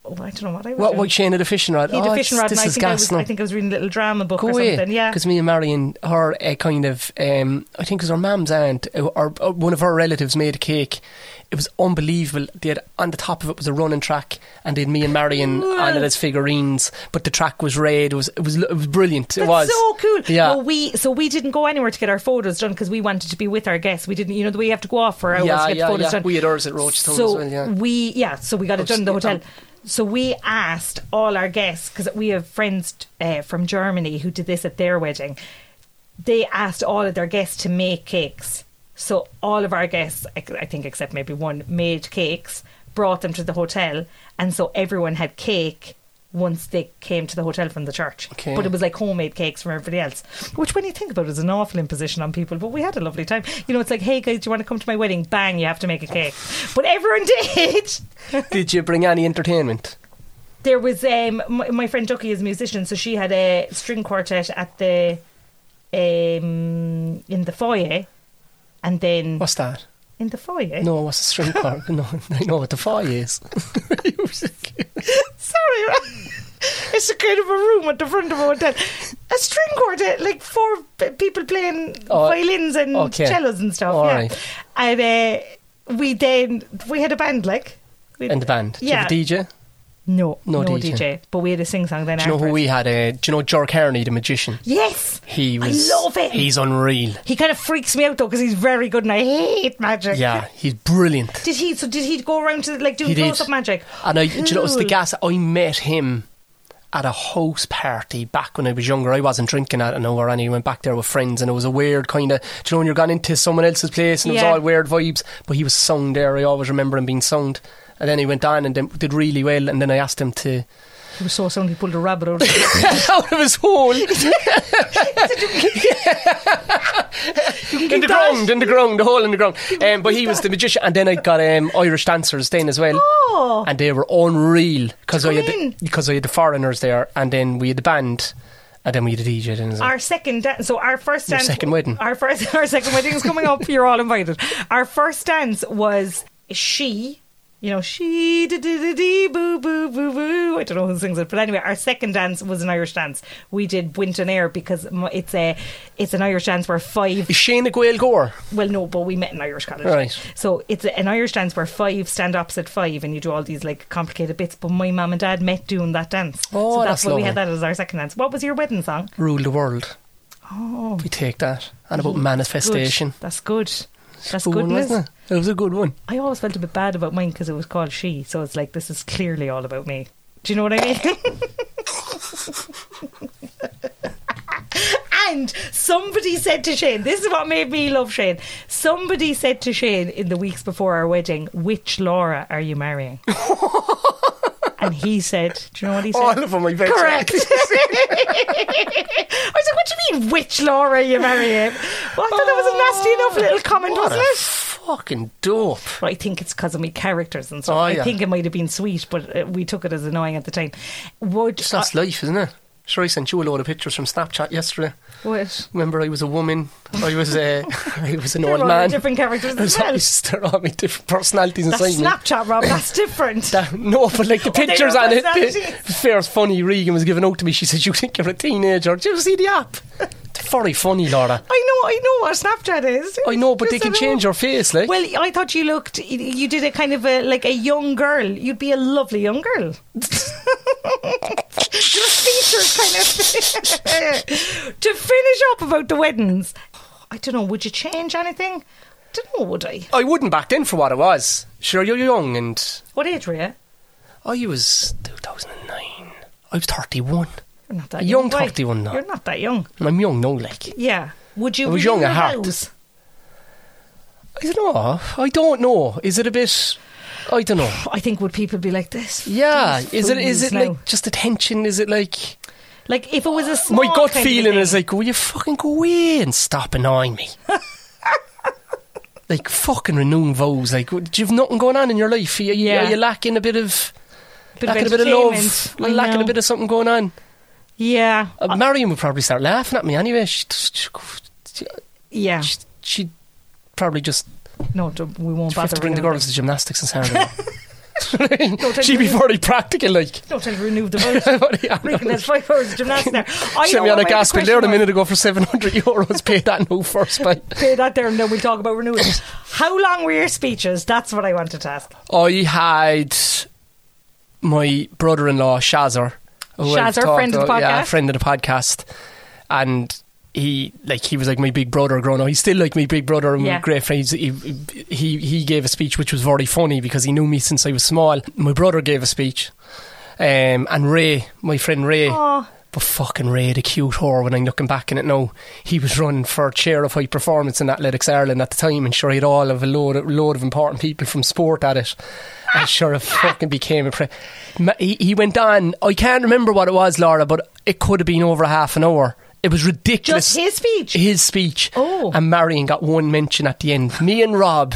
D: oh, I don't know what I was.
B: what?
D: doing.
B: What Shane had a fishing rod?
D: He had
B: oh,
D: a fishing
B: it's-
D: rod, and
B: This
D: I
B: is
D: think, I, was,
B: gas now.
D: I think I was reading a little drama book
B: Go
D: or
B: away.
D: something. Yeah.
B: Because me and Marion, her uh, kind of, um, I think it was her mum's aunt uh, or, or one of her relatives made a cake. It was unbelievable. They had on the top of it was a running track, and then me and Marion on it as figurines. But the track was red. It was it was, it was brilliant. it
D: That's
B: was
D: so cool. Oh,
B: Yeah.
D: Well, we so we didn't go anywhere to get our photos done because we wanted to be with our guests. We didn't, you know, the way you have to go off for hours
B: Yeah,
D: to get
B: yeah,
D: the photos
B: yeah.
D: done.
B: We had ours at Rochestone as
D: so
B: well, yeah.
D: we yeah, so we got it
B: Oops,
D: done in the
B: yeah,
D: hotel.
B: um,
D: so we asked all our guests because we have friends uh, from Germany who did this at their wedding. They asked all of their guests to make cakes. So all of our guests, I I think, except maybe one, made cakes, brought them to the hotel, and so everyone had cake once they came to the hotel from the church.
B: Okay.
D: But it was like homemade cakes from everybody else, which when you think about it is an awful imposition on people, but we had a lovely time. You know, it's like, hey guys, do you want to come to my wedding? Bang, you have to make a cake. But everyone did.
B: Did you bring any entertainment?
D: There was um, my, my friend Ducky is a musician, so she had a string quartet at the um, in the foyer, and then
B: What's that?
D: in the foyer.
B: No, what's a string part? No, I know what the fire is.
D: Sorry, right? it's a kind of a room at the front of a hotel. A string quartet, like four p- people playing
B: Oh,
D: violins and
B: okay.
D: cellos and stuff.
B: All
D: yeah.
B: right.
D: And uh, we then we had a band, like we
B: And the band.
D: Yeah.
B: Do you have a DJ?
D: no,
B: No
D: no,
B: DJ.
D: DJ. but we had a sing song then.
B: Do you know who
D: afterwards.
B: we had? Uh, do you know Joe Kearney, the magician?
D: Yes,
B: He was.
D: I love it.
B: He's unreal.
D: He kind of freaks me out though because he's very good and I hate magic.
B: Yeah, he's brilliant.
D: Did he? So did he go around to like doing
B: He did.
D: close up magic?
B: And I, do you know, it's the
D: Cool.
B: gas. I met him at a house party back when I was younger. I wasn't drinking at an hour, and he went back there with friends, and it was a weird kind of. Do you know when you're gone into someone else's place and it
D: Yeah.
B: was all weird vibes? But he was sung there. I always remember him being sung. And then he went on and then did really well. And then I asked him to
D: He was so sound. He pulled a rabbit out. of his-
B: out of his hole in the ground, in the ground, the hole in the ground. Um, but he was the magician. And then I got um, Irish dancers then as well.
D: oh,
B: and they were unreal because I
D: Come
B: had
D: in.
B: the, because I had the foreigners there, and then we had the band, and then we had the DJ. Then as well.
D: our second dance. So our first
B: Your
D: dance.
B: second wedding.
D: Our first. Our second wedding is coming up. You're all invited. Our first dance was she. You know she da da da dee boo boo boo boo. I don't know who sings it, but anyway, our second dance was an Irish dance. We did Winton Air because m- it's a it's an Irish dance where five
B: Is Shane Gael Gore?
D: Well, no, but we met in Irish college.
B: Right.
D: So it's an Irish dance where five stand opposite five and you do all these like complicated bits. But my mum and dad met doing that dance.
B: Oh,
D: so
B: that's
D: that's, why we had
B: lovely.
D: that as our second dance. What was your wedding song?
B: Rule the world. Oh, we take that. And about manifestation.
D: Mm. Good. That's good. That's
B: Good
D: good
B: one,
D: news.
B: wasn't it? It was a good one.
D: I always felt a bit bad about mine because it was called She. So it's like, this is clearly all about me. Do you know what I mean? and somebody said to Shane, this is what made me love Shane. Somebody said to Shane in the weeks before our wedding, which Laura are you marrying? and he said, do you know what he said?
B: All of them, Oh, I bet.
D: Correct. I was like, what do you mean, which Laura are you marrying? Well, I thought that was a nasty enough little comment,
B: What
D: wasn't
B: a
D: it?
B: fucking dope.
D: But I think it's because of my characters and stuff.
B: Oh, yeah.
D: I think it might have been sweet, but uh, we took it as annoying at the time. Would
B: It's that's life, isn't it? Sure, I sent you a load of pictures from Snapchat yesterday.
D: I, what?
B: Remember, I was a woman. I was a, I was an
D: They're
B: old
D: all
B: man.
D: different characters
B: I was
D: as well.
B: always- they're all my different personalities
D: That's
B: inside me.
D: Snapchat, Rob. That's different.
B: That- no, but like the
D: they
B: pictures
D: were
B: on it.
D: personalities.
B: The first funny Regan was given out to me. She said, "You think you're a teenager? Do you see the app? It's very funny, Laura.
D: I know, I know what Snapchat is.
B: I know, but they
D: Just
B: can
D: I know.
B: change your face, like.
D: Well, I thought you looked. You did a kind of a like a young girl. You'd be a lovely young girl. Your features kind of. to finish up about the weddings, I don't know. Would you change anything? Don't know. Would I?
B: I wouldn't back then for what it was. Sure, you're young, and
D: What age were you?
B: I was 2009. I was 31.
D: You're not that
B: A young
D: boy.
B: 31 now.
D: You're not that young.
B: And I'm young now, like.
D: Yeah. Would you
B: I was
D: renew
B: young at
D: your
B: heart.
D: house?
B: I don't know. I don't know. Is it a bit? I don't know.
D: I think would people be like this?
B: Yeah.
D: These
B: Is it? Is
D: fools
B: it
D: now.
B: like just attention? Is it like
D: like if it was a small
B: my gut
D: kind of
B: feeling
D: thing.
B: is like, will you fucking go away and stop annoying me? like fucking renewing vows. Like, what- do you have nothing going on in your life? Are you,
D: Yeah.
B: are you lacking a bit of
D: Bit
B: lacking a bit of
D: entertainment.
B: love?
D: I
B: Lacking a
D: know.
B: bit of something going on.
D: yeah,
B: Uh, Marion would probably start laughing at me anyway. She, she,
D: yeah.
B: she, she'd probably just
D: No, don't- we won't
B: she'd have
D: bother.
B: to bring the
D: renewing.
B: girls to gymnastics on Saturday.
D: Don't
B: She'd be
D: renew-
B: very practical, like.
D: Don't tell her to renew the vote. Reckon that's five hours of gymnastics there. I
B: Sent
D: know
B: me on
D: what
B: a
D: my
B: gas bill
D: question
B: there a
D: was.
B: minute ago for 700 euros. Pay that no first bite.
D: Pay that there and then we'll talk about renewals. How long were your speeches? That's what I wanted to ask.
B: I had my brother in law, Shazar. who I've
D: Shazar,
B: talked
D: friend of the
B: about- Yeah,
D: podcast.
B: friend of the podcast. And he like he was like my big brother growing up. He's still like my big brother and we
D: Yeah.
B: we're great friends. He, he he gave a speech which was very funny because he knew me since I was small. My brother gave a speech, um, and Ray, my friend Ray,
D: Oh,
B: But fucking Ray, the cute whore, when I'm looking back in it now, he was running for chair of high performance in Athletics Ireland at the time, and sure, he had all of a load of, load of important people from sport at it. And sure, it fucking became a. Pre- Ma- he, he went on, I can't remember what it was, Laura, but it could have been over half an hour. It was ridiculous.
D: just his speech.
B: His speech.
D: Oh.
B: And Marion got one mention at the end. Me and Rob,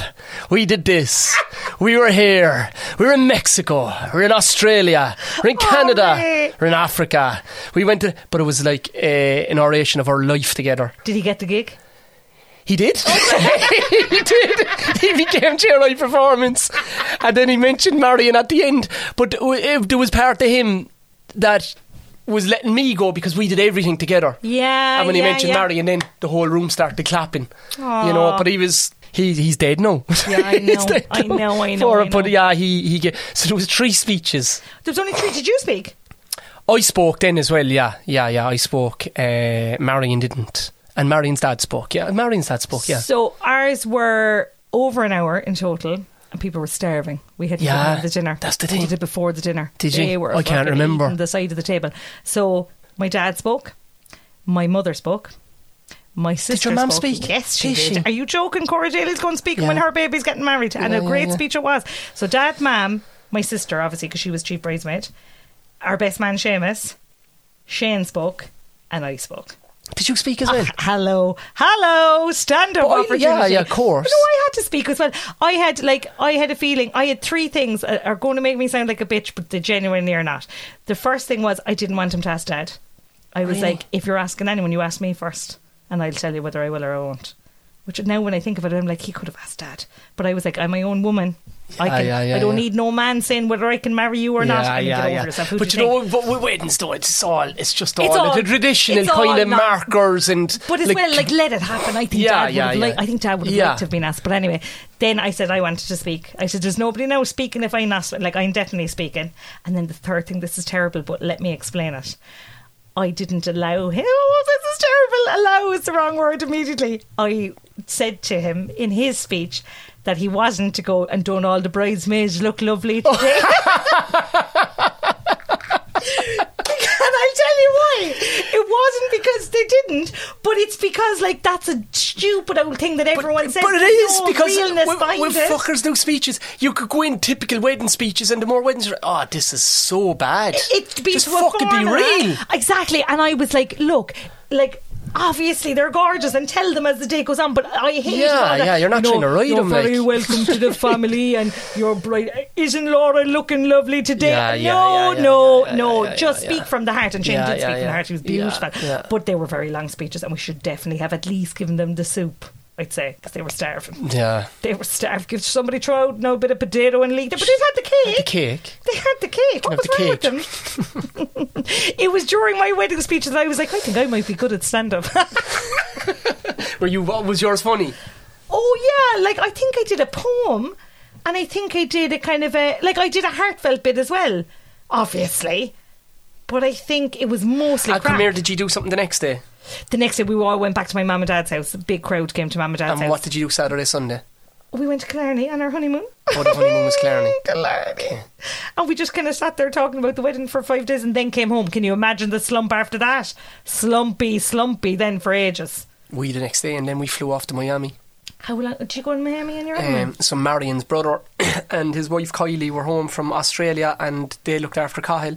B: we did this. We were here. We were in Mexico. We were in Australia. We were in
D: Oh,
B: Canada.
D: mate.
B: we were in Africa. We went to, but it was like uh, an oration of our life together.
D: Did he get the gig?
B: He did.
D: Oh,
B: he did. He became GRI performance, and then he mentioned Marion at the end. But w- if there was part of him that was letting me go because we did everything together.
D: Yeah.
B: And when he
D: yeah,
B: mentioned
D: yeah.
B: Marion, then the whole room started clapping. You know,
D: Aw.
B: but he was. He, he's dead now.
D: Yeah, I
B: He's
D: know.
B: dead
D: I
B: now
D: know, I know,
B: For
D: I
B: it, But
D: know.
B: yeah, he, he gave, so there was three speeches.
D: There's only three. Did you speak?
B: I spoke then as well. Yeah, yeah, yeah. I spoke. Uh, Marion didn't, and Marion's dad spoke. Yeah, Marion's dad spoke. Yeah,
D: So ours were over an hour in total, and people were starving. We had
B: Yeah,
D: yeah, the dinner.
B: that's the
D: We
B: thing.
D: did it before the dinner.
B: Did you?
D: They were
B: I can't
D: fucking
B: remember.
D: eating the side of the table. So my dad spoke. My mother spoke. My sister
B: your mum
D: spoke.
B: speak?
D: Yes, she
B: Did
D: did.
B: she?
D: Are you joking? Cora Daly's going speaking
B: Yeah.
D: when her baby's getting married, and
B: Yeah,
D: a
B: yeah,
D: great
B: yeah.
D: speech it was. So dad, mum, my sister, obviously because she was chief bridesmaid, our best man Seamus, Shane spoke, and I spoke.
B: did you speak as
D: Ah,
B: well?
D: Hello, hello, stand up
B: But I-
D: opportunity.
B: yeah, yeah, of course.
D: But no, I had to speak as well. I had like I had a feeling. I had three things that are going to make me sound like a bitch, but they genuinely are not. The first thing was I didn't want him to ask Dad. I was
B: Really?
D: like, if you're asking anyone, you ask me first, and I'll tell you whether I will or I won't. Which now, when I think of it, I'm like, he could have asked Dad, but I was like, I'm my own woman. I
B: Yeah,
D: can.
B: yeah, yeah,
D: I don't
B: yeah.
D: need no man saying whether I can marry you or not. I mean, get over yourself. Who
B: But
D: do
B: you
D: think?
B: know, but with weddings though, it's all it's just all,
D: all-
B: the traditional
D: it's all
B: kind of
D: not-
B: markers and
D: But as well, like let it happen. I think
B: Yeah,
D: Dad would
B: yeah,
D: have
B: yeah.
D: Li- I think Dad would have
B: Yeah.
D: liked to have been asked. But anyway, then I said I wanted to speak. I said there's nobody now speaking if I'm asked. Like I'm definitely speaking. And then the third thing, this is terrible, but let me explain it. I didn't allow him. Oh, this is terrible. Allow is the wrong word. Immediately, I said to him in his speech that he wasn't to go and don't all the bridesmaids look lovely today. And I'll tell you why. It wasn't because they didn't, but it's because like that's a stupid old thing that everyone says.
B: But it
D: There's
B: is
D: no
B: because
D: realness
B: when,
D: behind
B: when
D: it.
B: fuckers do speeches, you could go in typical wedding speeches, and the more weddings are, oh, this is so bad.
D: It'd be
B: just
D: to a eh?
B: fucking be
D: foreigner.
B: real.
D: Exactly. And I was like, look, like. Obviously, they're gorgeous, and tell them as the day goes on. But I hate
B: Yeah,
D: all that.
B: yeah, you're not
D: No,
B: trying to ride
D: you're
B: them,
D: very
B: like.
D: welcome to the family, and your bride isn't Laura looking lovely today?
B: Yeah, yeah,
D: no,
B: yeah, yeah,
D: no,
B: yeah, yeah,
D: no.
B: yeah,
D: just
B: yeah,
D: speak
B: yeah.
D: from the heart, and Shane
B: Yeah,
D: did
B: yeah,
D: speak from
B: yeah.
D: the heart. He was
B: Yeah,
D: beautiful,
B: yeah.
D: but they were very long speeches, and we should definitely have at least given them the soup. I'd say because they were starving.
B: Yeah,
D: They were starved. Give somebody throw out no bit of potato and leek. But they had the cake.
B: the cake.
D: They had the cake. What
B: have
D: was
B: the
D: wrong with them? it was during my wedding speech that I was like, I think I might be good at stand up.
B: Were you? What was yours funny?
D: oh yeah, like I think I did a poem, and I think I did a kind of a like I did a heartfelt bit as well, obviously. But I think it was mostly
B: And
D: crap.
B: come here, did you do something the next day?
D: the next day we all went back to my mum and dad's house. A big crowd came to mum and dad's
B: And
D: house.
B: what did you do Saturday, Sunday?
D: we went to Killarney on our honeymoon.
B: Oh, the honeymoon was Killarney.
D: Killarney. And we just kind of sat there talking about the wedding for five days and then came home. Can you imagine the slump after that? Slumpy, slumpy then for ages.
B: We the next day, and then we flew off to Miami.
D: How long did you go in Miami on your own?
B: Um, so Marion's brother and his wife Kylie were home from Australia, and they looked after Cahill.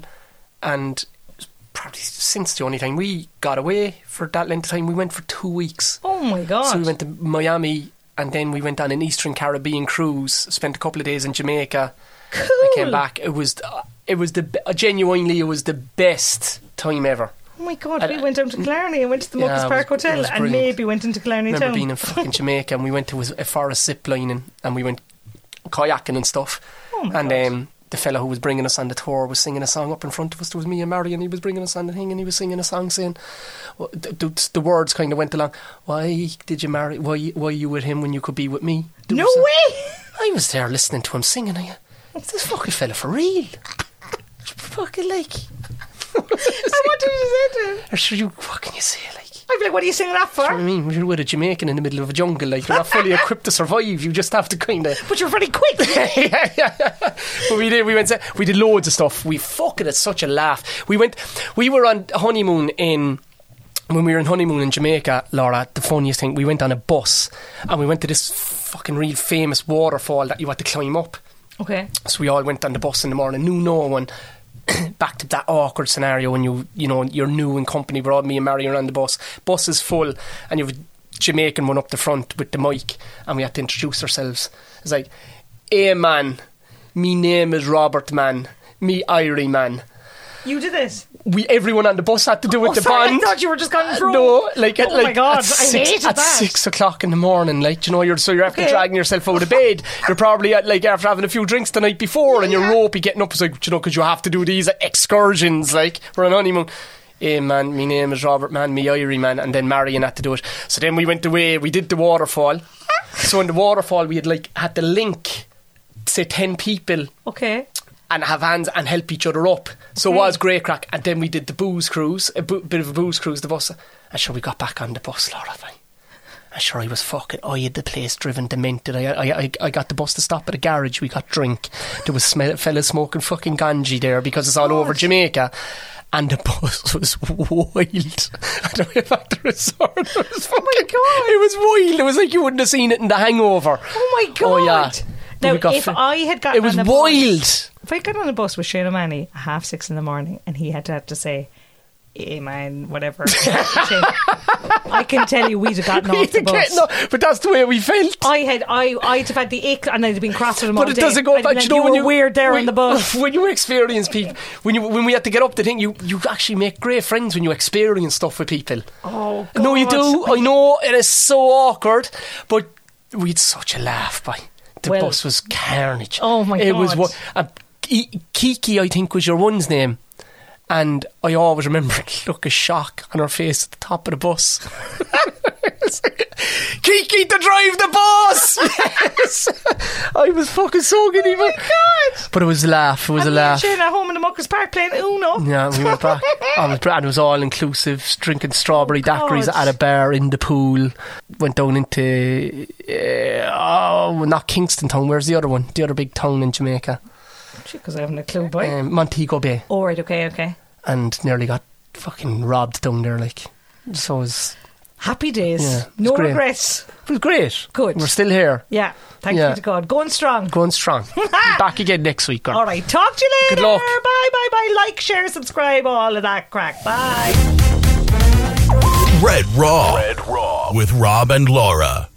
B: And it's probably since the only time we got away for that length of time, we went for two weeks.
D: oh my god!
B: So we went to Miami, and then we went on an Eastern Caribbean cruise. Spent a couple of days in Jamaica. Cool. I came back. It was, it was the genuinely, it was the best time ever.
D: oh my god!
B: and-
D: we went down to Clarny and went to the
B: Yeah,
D: Marcus
B: it was-
D: Park
B: it was
D: Hotel and
B: brilliant.
D: maybe went into Clarny
B: remember
D: Town.
B: being in fucking Jamaica and we went to a a forest zip lining and we went kayaking and stuff.
D: Oh my
B: and
D: God.
B: um, the fella who was bringing us on the tour was singing a song up in front of us. There was me and Mary, and he was bringing us on the thing, and he was singing a song saying, well, th- th- the words kind of went along. Why did you marry? Why why you with him when you could be with me? There
D: no
B: was a-
D: way!
B: I Oh, was there listening to him singing. I, is this fucking fella for real? fucking like,
D: and what did you say to him?
B: or should you fucking you say like?
D: I'd be like, "What are you singing that
B: Do you know
D: for?"
B: what I mean? You're with a Jamaican in the middle of a jungle, like you're not fully equipped to survive. You just have to kind of.
D: But you're very quick.
B: yeah, yeah, yeah. But we did. We went. We did loads of stuff. We fucking had such a laugh. We went. We were on honeymoon in. When we were in honeymoon in Jamaica, Laura, the funniest thing, we went on a bus and we went to this fucking real famous waterfall that you had to climb up.
D: okay.
B: So we all went on the bus in the morning, knew no one. Back to that awkward scenario when you you know you're new in company. We're all me and Mary are on the bus. Bus is full, and you've a Jamaican one up the front with the mic, and we had to introduce ourselves. It's like, "Hey man, me name is Robert man, me Irie man."
D: You did this.
B: We everyone on the bus had to do with
D: oh,
B: the
D: sorry,
B: band. Uh,
D: I thought you were just going through.
B: No, like at
D: Oh my
B: like
D: God, I
B: at six,
D: hated
B: at
D: that.
B: six o'clock in the morning, like do you know, you're so you're after
D: Okay.
B: dragging yourself out of bed. You're probably at, like after having a few drinks the night before, and you're ropey getting up. It's like do you know because you have to do these excursions, like for an honeymoon. Hey man, me name is Robert man, me Irie man, and then Marion had to do it. So then we went away. We did the waterfall. so in the waterfall, we had like had to link, say ten people
D: Okay.
B: and have hands and help each other up. So
D: Mm.
B: it was great crack. And then we did the booze cruise, a bo- bit of a booze cruise, the bus. And sure, we got back on the bus, Laura. Fine. And sure, I was fucking. I had the place driven demented. I, I, I, I got the bus to stop at a garage. We got drink. There was smell, fellas smoking fucking ganji there because it's all over Jamaica. And the bus was wild. And the way back to the resort was fucking.
D: Oh God.
B: It was wild. It was like you wouldn't have seen it in The Hangover.
D: Oh my god.
B: Oh, yeah. But
D: Now,
B: we got
D: if
B: fi-
D: I had gotten
B: It was
D: on a
B: wild.
D: Bus, if I got on a bus with Shane O'Malley at half six in the morning and he had to have to say, hey man, whatever. Shane, I can tell you we'd have gotten off the bus.
B: No, but that's the way we felt.
D: I had I I'd have had the ick and I'd have been cross with him all
B: But it
D: day.
B: doesn't go
D: I'd
B: back.
D: been
B: you
D: like,
B: know
D: you
B: when
D: were
B: you
D: weird there
B: when-
D: on the bus.
B: when you experience people. When you when we had to get up the thing, you you actually make great friends when you experience stuff with people.
D: Oh,
B: No, you
D: God.
B: do. I know it is so awkward, but we had such a laugh. By the
D: Well-
B: bus was carnage.
D: Oh, my
B: it was
D: God.
B: what uh, Ki- Kiki, I think, was your one's name. And I always remember a look of shock on her face at the top of the bus. Kiki to drive the bus. yes, I was fucking so giddy. Oh
D: God.
B: But it was a laugh. It was
D: And
B: a
D: me and
B: laugh.
D: Shane at home in the Muckers Park playing Uno.
B: Yeah, we went back. I was, and it was all inclusive, drinking strawberry
D: Oh God.
B: daiquiris at a bar in the pool. Went down into uh, oh, not Kingston Town. Where's the other one? The other big town in Jamaica,
D: Because I haven't a clue, boy.
B: um, Montego Bay,
D: All right, okay, okay.
B: and nearly got fucking robbed down there. Like, so it was,
D: Happy days.
B: Yeah, it's
D: no
B: great.
D: regrets.
B: it was great.
D: Good.
B: We're still here,
D: Yeah. Thank
B: Yeah.
D: you to God. Going strong.
B: going strong. back again next week. Gar.
D: All right. Talk to you
B: Good
D: later.
B: luck.
D: Bye, bye, bye. Like, share, subscribe, all of that crack. Bye.
C: Red Raw. Red Raw. With Rob and Laura.